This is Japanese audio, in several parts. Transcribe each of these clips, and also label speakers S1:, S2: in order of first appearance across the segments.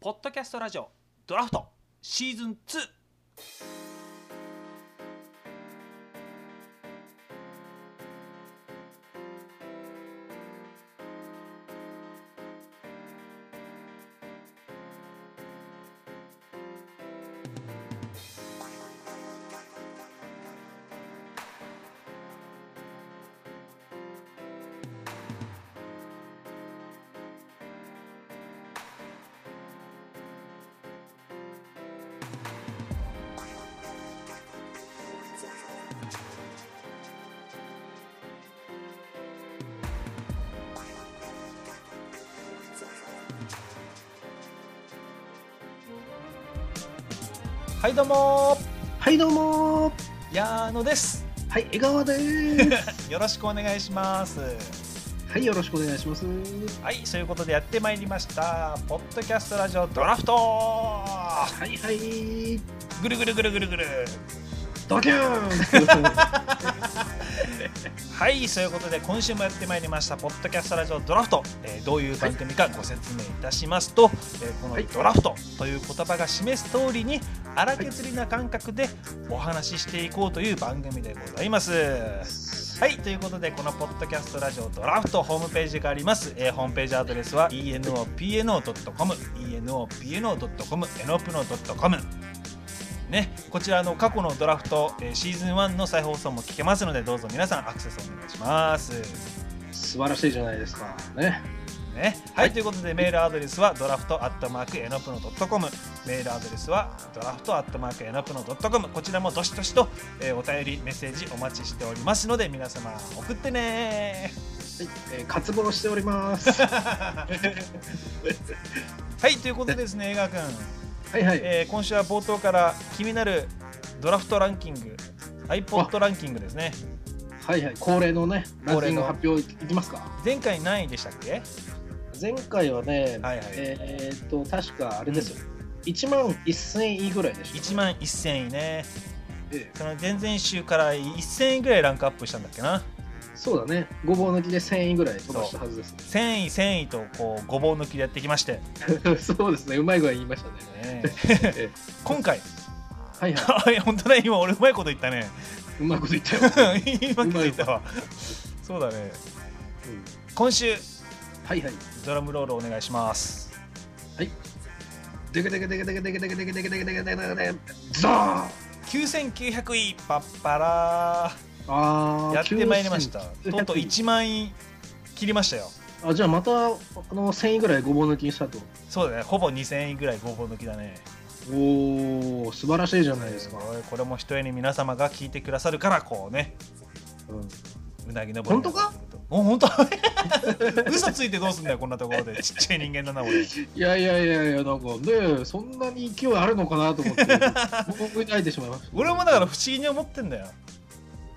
S1: ポッドキャストラジオドラフトシーズン2はいどうも
S2: はいどうもー
S1: 矢野です
S2: はい江川でー
S1: よろしくお願いします
S2: す はいよろしくお願いします
S1: はいそういうことでやってまいりましたポッドキャストラジオドラフト
S2: はいはい
S1: ぐるぐるぐるぐるぐる
S2: ドキューン
S1: はいそういうことで今週もやってまいりましたポッドキャストラジオドラフト、えーどういう番組かご説明いたしますと、えーこ
S2: は
S1: の
S2: い
S1: ドラフトという言葉が示す通りに荒削りな感覚でお話ししていこうという番組でございます。 はいということでこのポッドキャストラジオドラフトホームページがあります、えーホームページアドレスは enopno.com enopno.com enopno.com ね、こちらの過去のドラフト、えーシーズン1の再放送も聞けますのでどうぞ皆さんアクセスお願いします。
S2: 素晴らしいじゃないですかね
S1: ねはい、ということでメールアドレスはドラフトアットマークエノプノドットコムメールアドレスはドラフトアットマークエノプノドットコムこちらもどしどしと、えーお便りメッセージお待ちしておりますので皆様送ってね
S2: はい、えー、渇望しております は
S1: はいということでですね江川君、
S2: いはい、
S1: えー今週は冒頭から気になるドラフトランキング iPod ランキングですね
S2: はいはい恒例のねラ
S1: 恒
S2: ンキ
S1: 例
S2: ン
S1: の
S2: グ発表いきますか
S1: 前回何位でしたっけ
S2: 前回はね、
S1: はいはい
S2: えーっと確かあれですよ、1万1000位ぐらいでし
S1: 1万1000位ね
S2: た、え
S1: その前々週から1000位ぐらいランクアップしたんだっけな
S2: えそうだねごぼう抜きで1000位ぐらい飛ばしたはずです
S1: 繊維繊維とこうごぼう抜きでやってきま して、
S2: そうですねうまい具合言いました
S1: ね
S2: ねえ
S1: 今回
S2: はい は
S1: あ本当だ今俺うまいこと言ったね
S2: いうまいこと言 ったよ、
S1: 今気づいたわそうだね
S2: うん
S1: 今週
S2: はいはい
S1: ドラムロールお願いします
S2: でけでけでけでけでけでけでけでけでけでけでけでけゾーン
S1: 9900位パッパラ
S2: あ
S1: ーやってまいりましたとうとう1万円切りましたよ
S2: あじゃあまたあの1000位ぐらいごぼう抜きにしたと
S1: そうだねほぼ2000位ぐらいごぼう抜きだね
S2: おお素晴らしいじゃないですか、
S1: おいこれもひとえに皆様が聞いてくださるからこうね
S2: うん、
S1: うなぎ登り
S2: 本当か
S1: お本当 嘘ついてどうすんだよこんなところでちっちゃい人間だな俺
S2: いやいやいやいやなんかねそんなに勢いあるのかなと思って僕泣いてしまいました
S1: 俺もだから不思議に思ってんだよ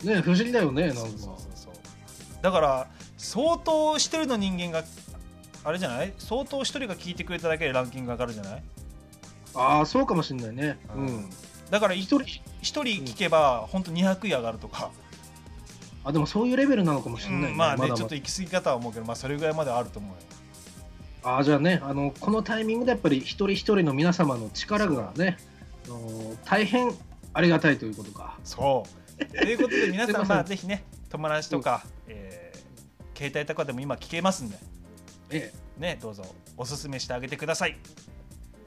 S2: ね不思議だよねなんか
S1: そうそうそうそうだから相当一人の人間があれじゃない相当一人が聞いてくれただけでランキングが上がるじゃない
S2: ああそうかもしれないねう
S1: うん
S2: ん
S1: だから一
S2: 一
S1: 人
S2: 人
S1: 一人聞けば本当200位上がるとか、
S2: あでもそういうレベルなのかもしれない、
S1: うんまあね
S2: だ
S1: ちょっと行き過ぎ方は思うけどまあそれぐらいまではあると思うよ
S2: ああじゃあねあのこのタイミングでやっぱり一人一人の皆様の力がねあの大変ありがたいということか
S1: そうということで皆
S2: すい
S1: さ
S2: ま
S1: ん
S2: せん
S1: まあぜひね友達とか、えー携帯とかでも今聞けますんで
S2: ええ
S1: ねどうぞおすすめしてあげてください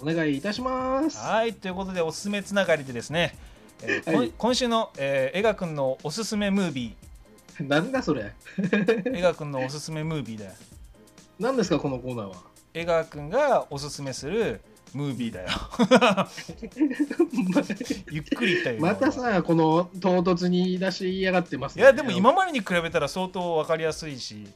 S2: お願いいたします
S1: はいということでおすすめつながりでですね、えーこん
S2: はい
S1: 今週の、えー、エガ君のおすすめムービ
S2: なんだそれ
S1: ーエガ君のおすすめムービーだよ
S2: 何ですかこのコー ナーは
S1: エガ君がおすすめするムービー だよゆっくり言ったよ今
S2: またさこの唐突に言い出しやがってます
S1: い
S2: ね
S1: やでも今までに比べたら相当分かりやすいし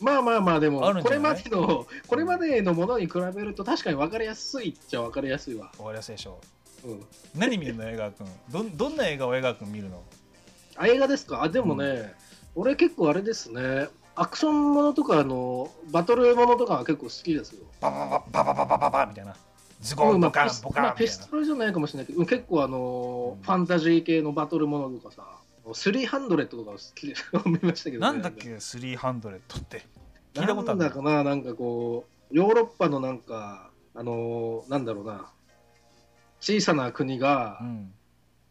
S2: まあまあまあで
S1: あ
S2: も
S1: るんじ
S2: こ
S1: ゃ
S2: れ
S1: な
S2: ま
S1: い
S2: でのこれまでのものに比べると確かに分かりやすいっちゃ分かりやすいわ、
S1: 分かりやすいでしょ
S2: うん、
S1: 何見るのエガ君どんどんな映画をエガ君見るの
S2: あ映画ですかあでもね、俺結構あれですねアクションものとかあのバトルものとかは結構好きですよ
S1: バババババババババみたいなズゴンボ
S2: まあ
S1: カン
S2: ピス
S1: ボカン
S2: まあ
S1: み
S2: ピ
S1: たい
S2: ス
S1: な
S2: トルじゃないかもしれないけど、うん結構あのー、
S1: うん
S2: ファンタジー系のバトルものとかさ、300とか好きで 見ましたけど、ね、
S1: なんだっけ300って聞いたことある
S2: なんだかな、なんかこう、ヨーロッパのなんか、あのなんだろうな、小さな国が
S1: う、ん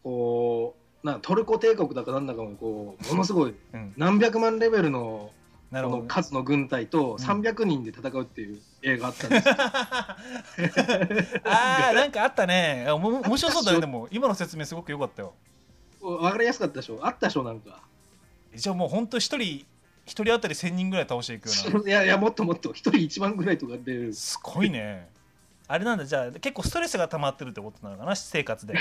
S2: こう、なトルコ帝国だかなんだかも、こう、ものすごい
S1: うん、
S2: 何百万レベルの
S1: なるほ
S2: この
S1: ど、ね、
S2: 数の軍隊と300人で戦うっていう映画あった んですよ。
S1: ああなんかあったねおも面白そうだねでも今の説明すごく良かったよ
S2: 分かりやすかったでしょあったでしょなんか。
S1: じゃあもうほんと一人一人当たり1000人ぐらい倒していくような
S2: いやいや、もっともっと、1人1万ぐらいとか出る。
S1: すごいねあれなんだじゃあ結構ストレスが溜まってるってことなのかな私生活 で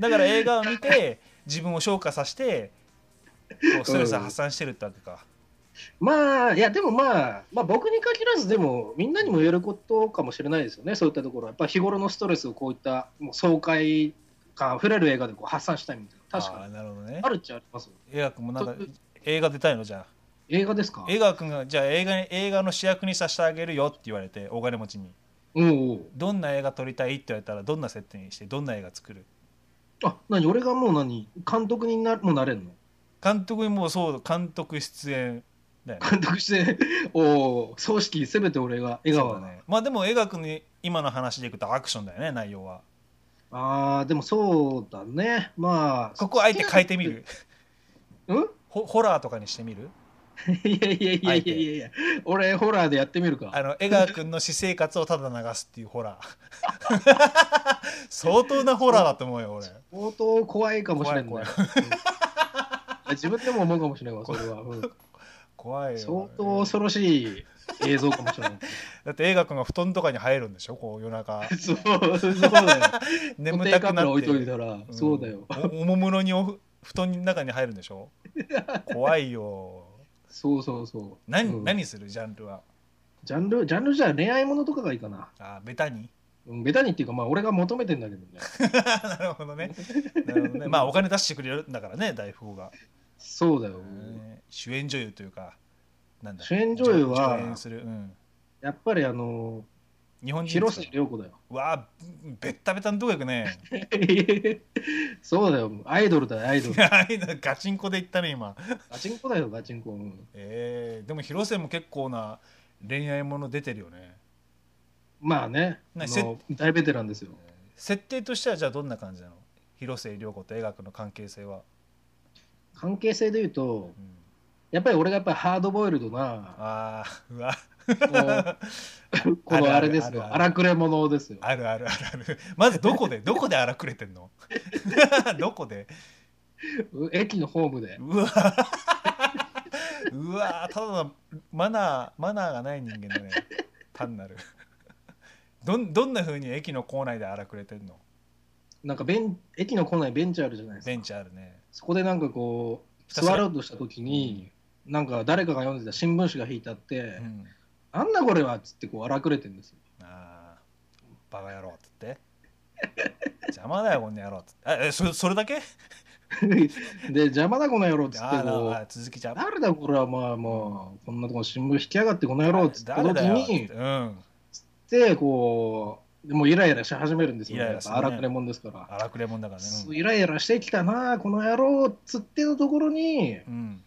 S1: だから映画を見て自分を昇華させてこうストレスを発散してるってわけか、
S2: まあ、いや、でもまあ、まあ、僕に限らず、でも、みんなにも言えることかもしれないですよね、そういったところは。やっぱ日頃のストレスをこういったもう爽快感あふれる映画でこう発散したいみたいな。確
S1: あ
S2: か
S1: ー
S2: に。
S1: なるほどね
S2: あるっちゃありますよ
S1: 映画君もなんか
S2: と
S1: 映画出たいのじゃあ
S2: 映画ですか
S1: 映画君がじゃあ映画に映画の主役にさせてあげるよって言われて大金持ちに
S2: おう
S1: どんな映画撮りたいって言われたらどんな設定にしてどんな映画作る
S2: おうあ、何俺がもう何監督になもうなれんの
S1: 監督にもうそう監督出演だよね
S2: 監督して、 おう葬式せめて俺が、笑
S1: そ
S2: 顔
S1: うだ
S2: だね。
S1: ねまあでも映画君に今の話でいくとアクションだよね内容は
S2: ああ、でもそうだね。まあ、
S1: ここあえて変えてみる
S2: うん
S1: ホホラーとかにしてみる
S2: いやいやいやいやいやいや、俺、ホラーでやってみるか。
S1: あの江川君の私生活をただ流すっていうホラー 相当なホラーだと思うよ俺
S2: 相当怖いかもしれない。
S1: 怖い
S2: うん 自分でも思うかもしれないわ、それは。うん
S1: 怖いよ
S2: 相当恐ろしい映像かもし れない。
S1: だって映画君が布団とかに入るんでしょこう夜 中
S2: そう、そうだよ。
S1: 眠たく
S2: 固定カメ
S1: な
S2: ラ
S1: っ
S2: 置いとい
S1: て
S2: たら、
S1: うん
S2: そうだよ。
S1: おおもむろにおふ布団の中に入るんでし ょ怖いよ
S2: そうそうそう。
S1: 何,、
S2: うん
S1: 何するジャンルは
S2: ジャンル、ジャンルじゃ恋愛ものとかがいいかな。
S1: あベタ に
S2: うんベタにっていうか、まあ、俺が求めてんだけどね。
S1: なるほどねなるほどねまあお金出してくれるんだからね大富豪が、
S2: そうだよ。
S1: ね主演女優というかなんだ
S2: 主演女優は
S1: 上演する、うん、
S2: やっぱり、あの、
S1: 日本人です
S2: 広
S1: か
S2: 瀬涼子だよ。
S1: うわあべったべたのとこ行くね
S2: そうだよ。アイドルだよ、アイドル。
S1: あいの ガチンコで行ったね今
S2: ガチンコだよ、ガチンコ。うん
S1: えー、でも広瀬も結構な恋愛もの出てるよね
S2: まあね、
S1: な
S2: あ
S1: せ
S2: の大ベテランですよ。
S1: 設定としてはじゃあどんな感じなの広瀬涼子と映画君の関係性は、
S2: 関係性で言うと、
S1: うん
S2: やっぱり俺がやっぱりハードボイルドな、
S1: あーうわ
S2: こうこのあれですよ、
S1: あるあるあるある
S2: 荒くれ者ですよ。
S1: あるあるあるあるまずどこでどこで荒くれてんの どこで
S2: 駅のホームで。
S1: うわうわただのマナーマナーがない人間だ ね単なるどんどんなふうに駅の構内で荒くれてんの
S2: なんかベン駅の構内ベンチあるじゃないですか。
S1: ベンチあるね
S2: そこでなんかこう、
S1: ひたすら
S2: 座ろうとした時に、なんか誰かが読んでた新聞紙が引いてあって
S1: う、ん
S2: なんだこれはっつってこう荒くれてる んですよ。
S1: あーバカ野郎っつって邪魔だよこんな野郎っつってあえそそれだけ
S2: で、邪魔だこの野郎っつって
S1: あーな
S2: こう
S1: あー続きじゃ
S2: 誰だこれはまあまあこんなとこに新聞引き上がってこの野郎っつって
S1: 誰
S2: 時
S1: だよっつっ
S2: に
S1: てうん
S2: でこうでもうイライラし始めるんですよ、
S1: イ
S2: ね、
S1: ライラ
S2: やっ
S1: する
S2: ぱ
S1: ね
S2: 荒くれもんですから、
S1: 荒くれ者だからね
S2: そうイライラしてきたなこの野郎っつってのところ
S1: う
S2: に
S1: ん、うん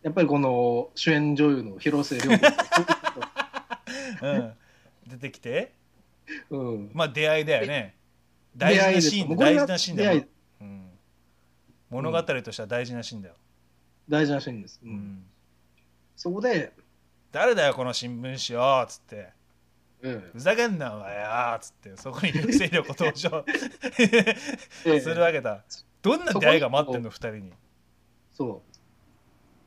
S2: やっぱりこの主演女優の広末涼子
S1: うん、出てきて
S2: うん
S1: まあ出会いだよね大事なシーン
S2: 出会
S1: 大
S2: い
S1: 事な
S2: です
S1: シーンだ
S2: 出
S1: よ
S2: 会い、
S1: うん、物語としては大事なシーンだよ、
S2: 大事なシーンです、う
S1: うんん、
S2: そこで、
S1: 誰だよこの新聞紙よっつって
S2: うん
S1: ふざけんなお前よっつってそこに抑制力登場するわけだどんな出会いが待ってんの二人に
S2: そう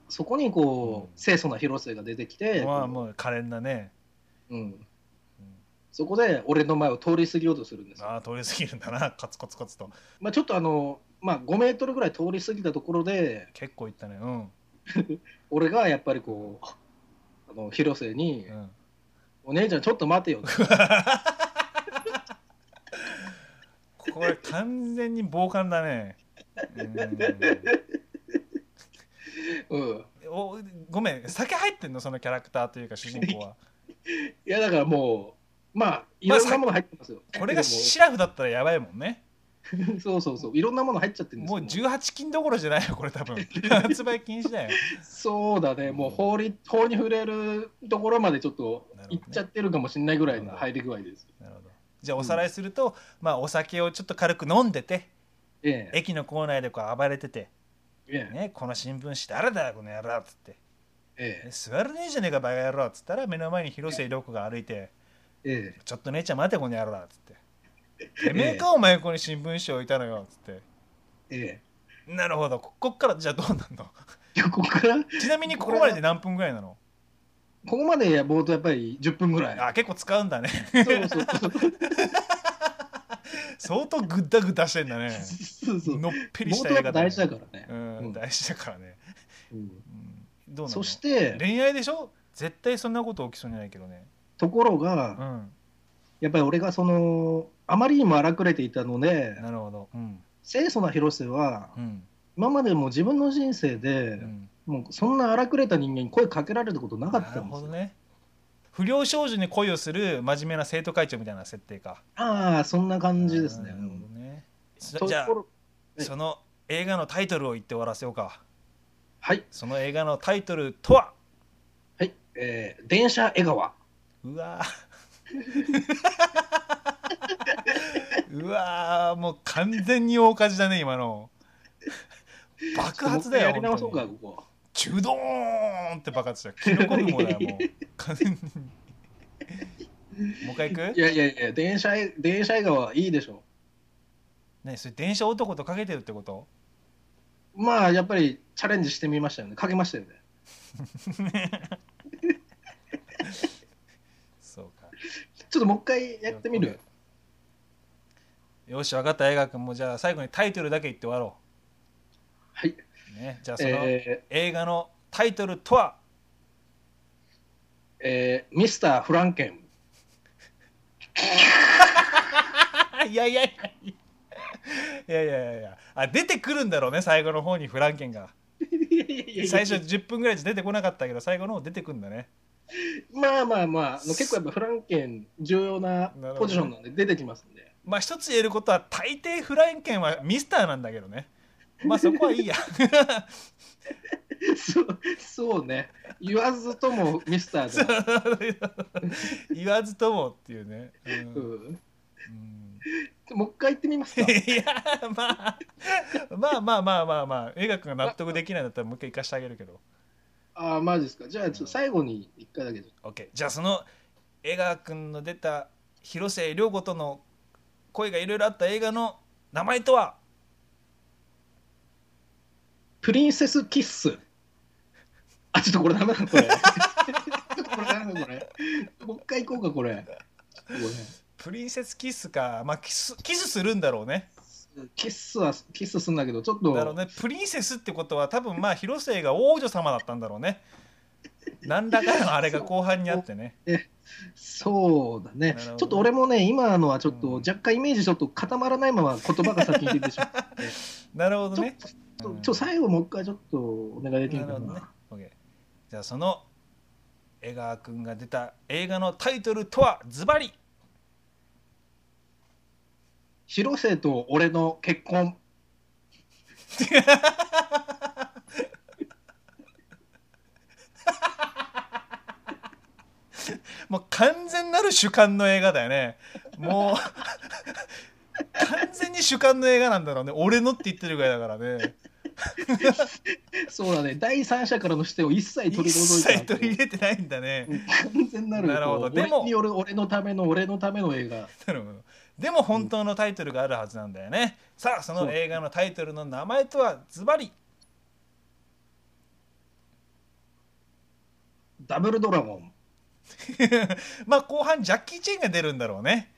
S2: そこにこ
S1: うん
S2: う清楚な広末が出てきて、
S1: まあもう可憐なね、
S2: うん、
S1: うん
S2: そこで俺の前を通り過ぎようとするんですよ
S1: ああ通り過ぎるんだなコツコツコツと
S2: まあ、ちょっとあの、まあ、5メートルぐらい通り過ぎたところで
S1: 結構いったねうん
S2: 俺がやっぱりこうあの広瀬に
S1: うん
S2: 「お姉ちゃんちょっと待てよ」
S1: これ完全に傍観だね。
S2: うん、
S1: うんおごめん酒入ってんのそのキャラクターというか主人公は。
S2: いやだからもうまあいろんなもの入ってますよ、
S1: これがシラフだったらやばいもんね。
S2: でもそうそうそういろんなもの入っちゃってるんです
S1: も
S2: よ
S1: う18禁どころじゃないよこれ多 分発売禁止だよ。
S2: そうだねもう法律法に触れるところまでちょっと
S1: なるほどね
S2: 行っちゃってるかもしれないぐらいの入り具合です、
S1: なるほどじゃあおさらいすると、まあ、お酒をちょっと軽く飲んでて
S2: ええ
S1: 駅の構内でこう暴れてて、
S2: ええ
S1: ね「この新聞紙誰だよこの野郎」っつって「
S2: え
S1: 座るねえじゃねえかバカ野郎」っつったら目の前に広末涼子が歩いて
S2: ええ
S1: 「ちょっと姉ちゃん待てこの野郎」っつ って「てめえかお前ここに新聞紙置いたのよ」っつって
S2: え
S1: 「
S2: え
S1: なるほどここっからじゃあどうなんの?
S2: えいやここから」
S1: ちなみにここまでで何分ぐらいなの
S2: ここまで冒頭やっぱり10分ぐらい。
S1: あ結構使うんだね
S2: そうそうそう
S1: 相当グッダグダしてんだね
S2: そう そう。
S1: のっぺりし
S2: 冒
S1: た
S2: 頭
S1: 映
S2: やっ
S1: 画
S2: ぱ
S1: だね
S2: 大事だからね
S1: う。ん、大事だからね、
S2: うん
S1: うん、どうなの
S2: そして、
S1: 恋愛でしょ絶対そんなこと起きそうにないけどね
S2: ところ
S1: う
S2: が、
S1: ん
S2: やっぱり俺がその、あまりにも荒くれていたので、
S1: なるほどうん
S2: 清楚な広瀬は、
S1: うん
S2: 今までも自分の人生
S1: う
S2: で、
S1: ん
S2: もうそんな荒くれた人間に声かけられたことなかっ
S1: な
S2: た
S1: る
S2: んです
S1: ほ
S2: よ。
S1: どね不良少女に恋をする真面目な生徒会長みたいな設定か
S2: ああ、そんな感じですね
S1: な。るほどね
S2: と
S1: そじゃ
S2: ころ
S1: あその映画のタイトルを言って終わらせようか
S2: はい、
S1: その映画のタイトルとは
S2: はい、えー電車江川。
S1: うわーうわーもう完全に大火事だね今の爆発だよ
S2: やり直そうか、
S1: 本当
S2: こ
S1: に
S2: こ。
S1: チュドーンって爆発したキノコ雲だよもう完全にもう一回行
S2: い
S1: く
S2: やいやいや、電車江、電車江川いいでしょ。
S1: ねそれ電車男とかけてるってこと
S2: まあ、やっぱりチャレンジしてみましたよね。かけましたよね。
S1: そうか
S2: ちょっともう一回やってみる。
S1: よし分かった映画君もうじゃあ最後にタイトルだけ言って終わろ
S2: はい、
S1: うねじゃあその
S2: えー
S1: 映画のタイトルとは、
S2: えーミスターフランケン。
S1: いやい やいやいやいやいやいやあ出てくるんだろうね最後の方にフランケンが最初10分ぐらいじゃ出てこなかったけど最後の方出てくるんだね
S2: まあまあまあ、あの結構やっぱフランケン重要なポジションなんで出てきますんで。
S1: まあ一つ言えることは大抵フランケンはミスターなんだけどねまあそこはい いや
S2: そうそうね。言わずともミスターだ。
S1: 言わずともっていうね、うん
S2: うん、
S1: うん
S2: もう一回言ってみますか。
S1: いやまあまあまあまあまあまあ映画君が納得できないんだったらもう一回行かしてあげるけど
S2: ああ、マジですか。じゃあ、ちょっと最後に一回だけど。
S1: OK じゃあその江川君の出た広末涼子との恋がいろいろあった映画の名前とは
S2: プリンセスキッス。あ、ちょっとこれダメだ、 これ。ちょっとこれダメだ、これ。もう一回行こうか、これ。ちょっとこ
S1: プリンセスキスか、まあ、キスキスするんだろうね
S2: れキッスは、キッスすんだけど、ちょっ
S1: だろう
S2: と、
S1: ねプリンセスってことは多分まあ広末が王女様だったんだろうね何らかのあれが後半にあってね
S2: そうだね
S1: なるほど
S2: ちょっと俺もね、今のはちょっ
S1: うん
S2: と、若干イメージちょっと固まらないまま言葉が先に出てしまう。
S1: なるほどね
S2: ちょ
S1: うん
S2: ちょ最後もう一回ちょっとお願いでき
S1: な
S2: る
S1: る
S2: か
S1: ほど
S2: な。
S1: ね OK じゃあその江川君が出た映画のタイトルとはズバリ
S2: 広瀬と俺の結婚。
S1: もう完全なる主観の映画だよねもう完全に主観の映画なんだろうね俺のって言ってるぐらいだからね
S2: そうだね、第三者からの視点を一切取り
S1: 一
S2: 除いた。
S1: 切取り入れてないんだね
S2: 完全なる
S1: なるほど
S2: こう
S1: でも
S2: 俺による俺のための俺のための映画
S1: なるほどでも本当のタイトルがあるはずなんだよねさあその映画のタイトルの名前とはズバリ
S2: ダブルドラゴン
S1: まあ後半ジャッキー・チェンが出るんだろうね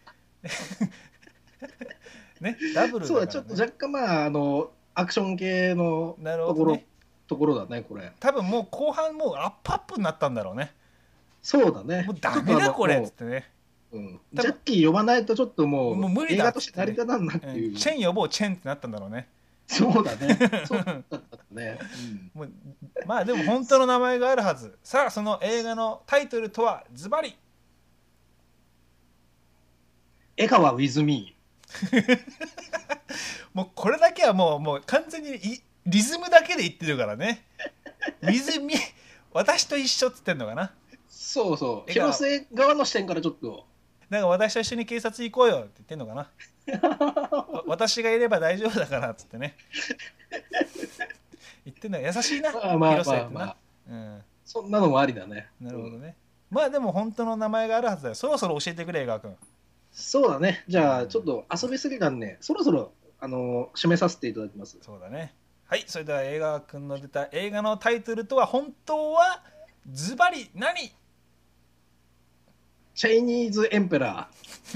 S1: ねダブルだ
S2: そう
S1: から、
S2: だ
S1: ね、
S2: ちょっと若干まああのアクション系の
S1: なるほ
S2: とこ
S1: ど
S2: ろ、
S1: ね
S2: ところだねこれ
S1: 多分もう後半もうアップアップになったんだろうね
S2: そうだね
S1: もうダメだこれ
S2: ちょ
S1: っ
S2: っ
S1: つっ
S2: と
S1: てね、
S2: あのもううん
S1: 多分
S2: ジャッキー呼ばないとちょっともう
S1: もう無理だ
S2: 映画として成り立たんなって
S1: う
S2: い
S1: ん
S2: う、
S1: チェン呼ぼうチェンってなったんだろうね
S2: そうだねそうだったね、うん
S1: もうまあでも本当の名前があるはずさあその映画のタイトルとはズバリ
S2: 江川ウィズミ
S1: もうこれだけはもうもう完全にいリズムだけで言ってるからねリズミ私と一緒っつってんのかな
S2: ーそうそう
S1: 江川
S2: 広瀬側の視点からちょっと
S1: なんか私と一緒に警察行こうよって言ってんのかなわ私がいれば大丈夫だからっつってね言ってんだ優しいな
S2: まあまあ
S1: 広末ってな、
S2: まあ
S1: うん
S2: そんなのもありだね。
S1: なるほど
S2: うん
S1: ね、まあでも本当の名前があるはずだよそろそろ教えてくれ江川君
S2: そうだね。じゃあ、ちょっと遊びすぎたんで、そろそろ、あの、締めさせていただきます。
S1: そうだねはいそれでは江川君の出た映画のタイトルとは本当はズバリ何
S2: チャイニーズエンペラ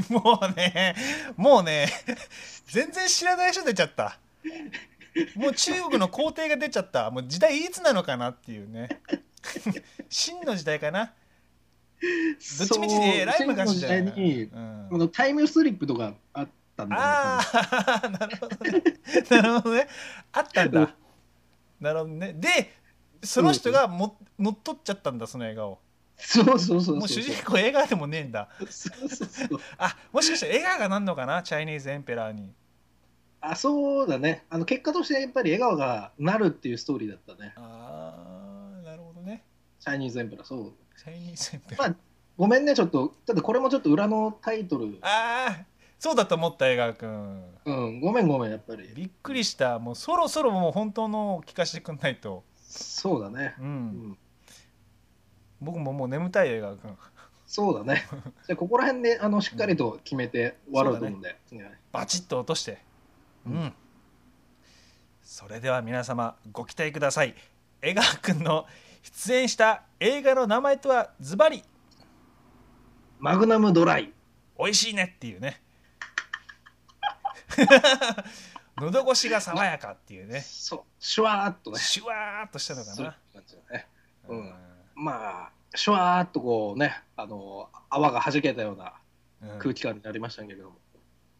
S2: ー。
S1: もうね、もうね、全然知らない人出ちゃった。もう中国の皇帝が出ちゃった。もう時代いつなのかなっていうね。真の時代かな。どっちみちね、ライブがしじ
S2: 昔時
S1: ゃ
S2: 代
S1: な
S2: に、
S1: うん
S2: このタイムスリップとかあったんだよね
S1: ああ、 なるほどね。なるほどね。あったんだ。なるほどね。で、その人がも乗っ取っちゃったんだ、その映画を。
S2: 多分そうそうそうそう。
S1: もう主人公映画でもねえんだ。
S2: そうそうそう
S1: あ、もしかして映画がなんのかな、チャイニーズエンペラーに。
S2: あ、そうだね。あの、結果としてやっぱり笑顔がなるっていうストーリーだったね。
S1: ああ、なるほどね。
S2: チャイニーズエンペラー、そう。
S1: チャイニーズエンペラー
S2: まあ、ごめんね、ちょっと、ただこれもちょっと裏のタイトル。
S1: ああそうだと思った江川君
S2: うん、ごめんごめん、やっぱり。
S1: びっくりしたもうそろそろもう本当のを聞かせてくんないと
S2: そうだね。
S1: うん、
S2: うん、
S1: 僕ももう眠たいよ江川君
S2: そう だね。じゃあ、ここら辺で、あの、しっかりと決めて終わろうと思うんで。
S1: バチッと落としてう、
S2: うんん
S1: それでは皆様ご期待ください江川君の出演した映画の名前とはズバリ
S2: マグナムドライ。
S1: 美味しいねっていうね 喉越しが爽やかっていうね
S2: そう。シュワーっとね。
S1: シュワーっとしたのか
S2: そうい
S1: な
S2: う感じだね。う
S1: うん
S2: んまあ、シュワーっとこうね、あの、泡が弾けたような
S1: うん
S2: 空気感になりましたけれども。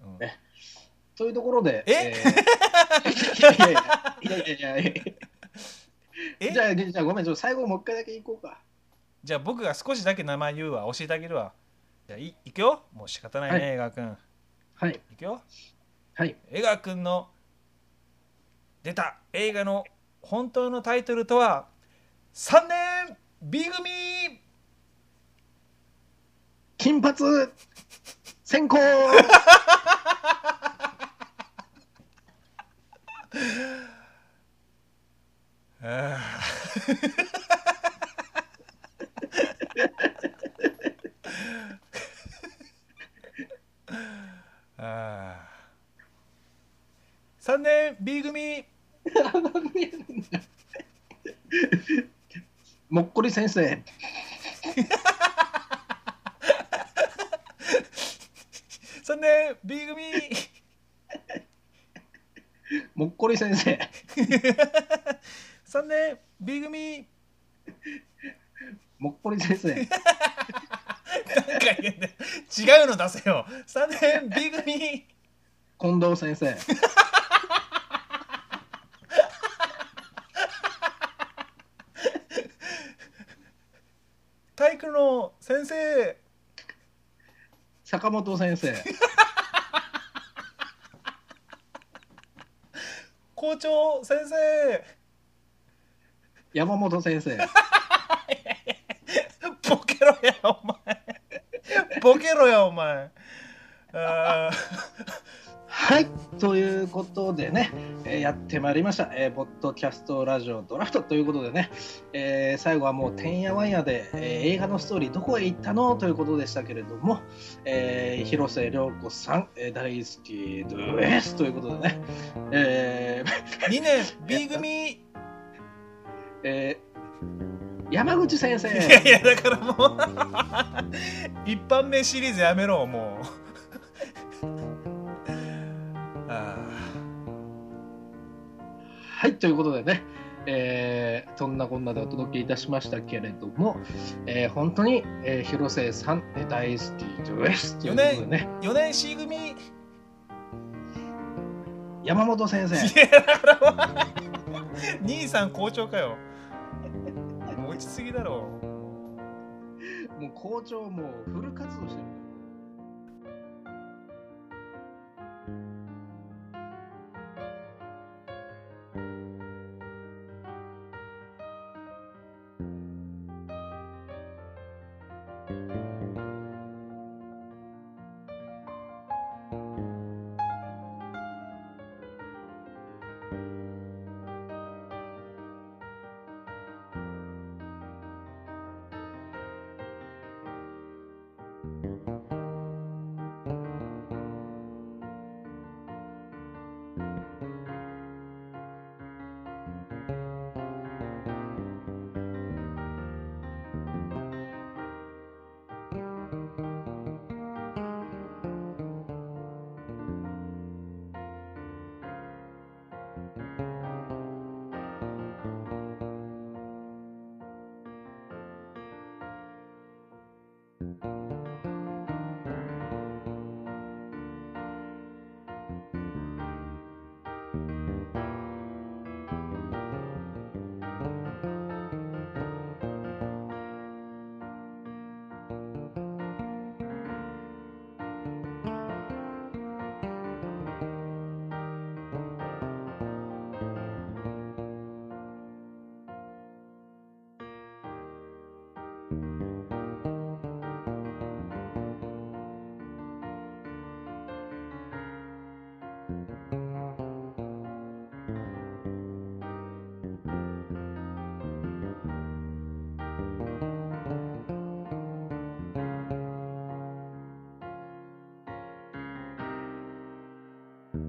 S1: うん
S2: ねというところで、
S1: え
S2: ーいやいやいやいやいやいや
S1: え
S2: じゃあ、じゃあごめん、ちょっと最後もう一回だけ行こうか。
S1: じゃあ僕が少しだけ名前言うわ教えてあげるわじゃあいいくよもう仕方ないね、
S2: はい
S1: 江川君
S2: はい。
S1: いくよ
S2: はい。
S1: 江川君の出た映画の本当のタイトルとは3年 B 組
S2: 金髪先行
S1: あーあー3年 B 組
S2: もっこり先生
S1: 3年 B 組
S2: もっこり先生
S1: 3年 B 組
S2: もっこり先生
S1: なんか言えない違うの出せよ3年 B 組
S2: 近藤先生
S1: 体育の先生
S2: 坂本先生
S1: 校長先生
S2: 山本先生
S1: ボケろやお前ボケろやお前あ
S2: はいということでね、えーやってまいりました、えー、ポッドキャストラジオドラフトということでね、えー最後はもうてんやわんやで、えー映画のストーリーどこへ行ったのということでしたけれども、えー広末涼子さん、えー大好きですということでね、えー
S1: ー2年 B 組
S2: えー山口先生
S1: いやいやだからもう一般名シリーズやめろもうあ
S2: はいということでね、えーそんなこんなでお届けいたしましたけれども、えー本当に、えー広末さんえー大好きですということでね
S1: 4年 C 組い
S2: 山本先生
S1: やだからもう兄さん校長かよもう落ちすぎだろ
S2: もう校長もうフル活動してる。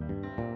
S1: 「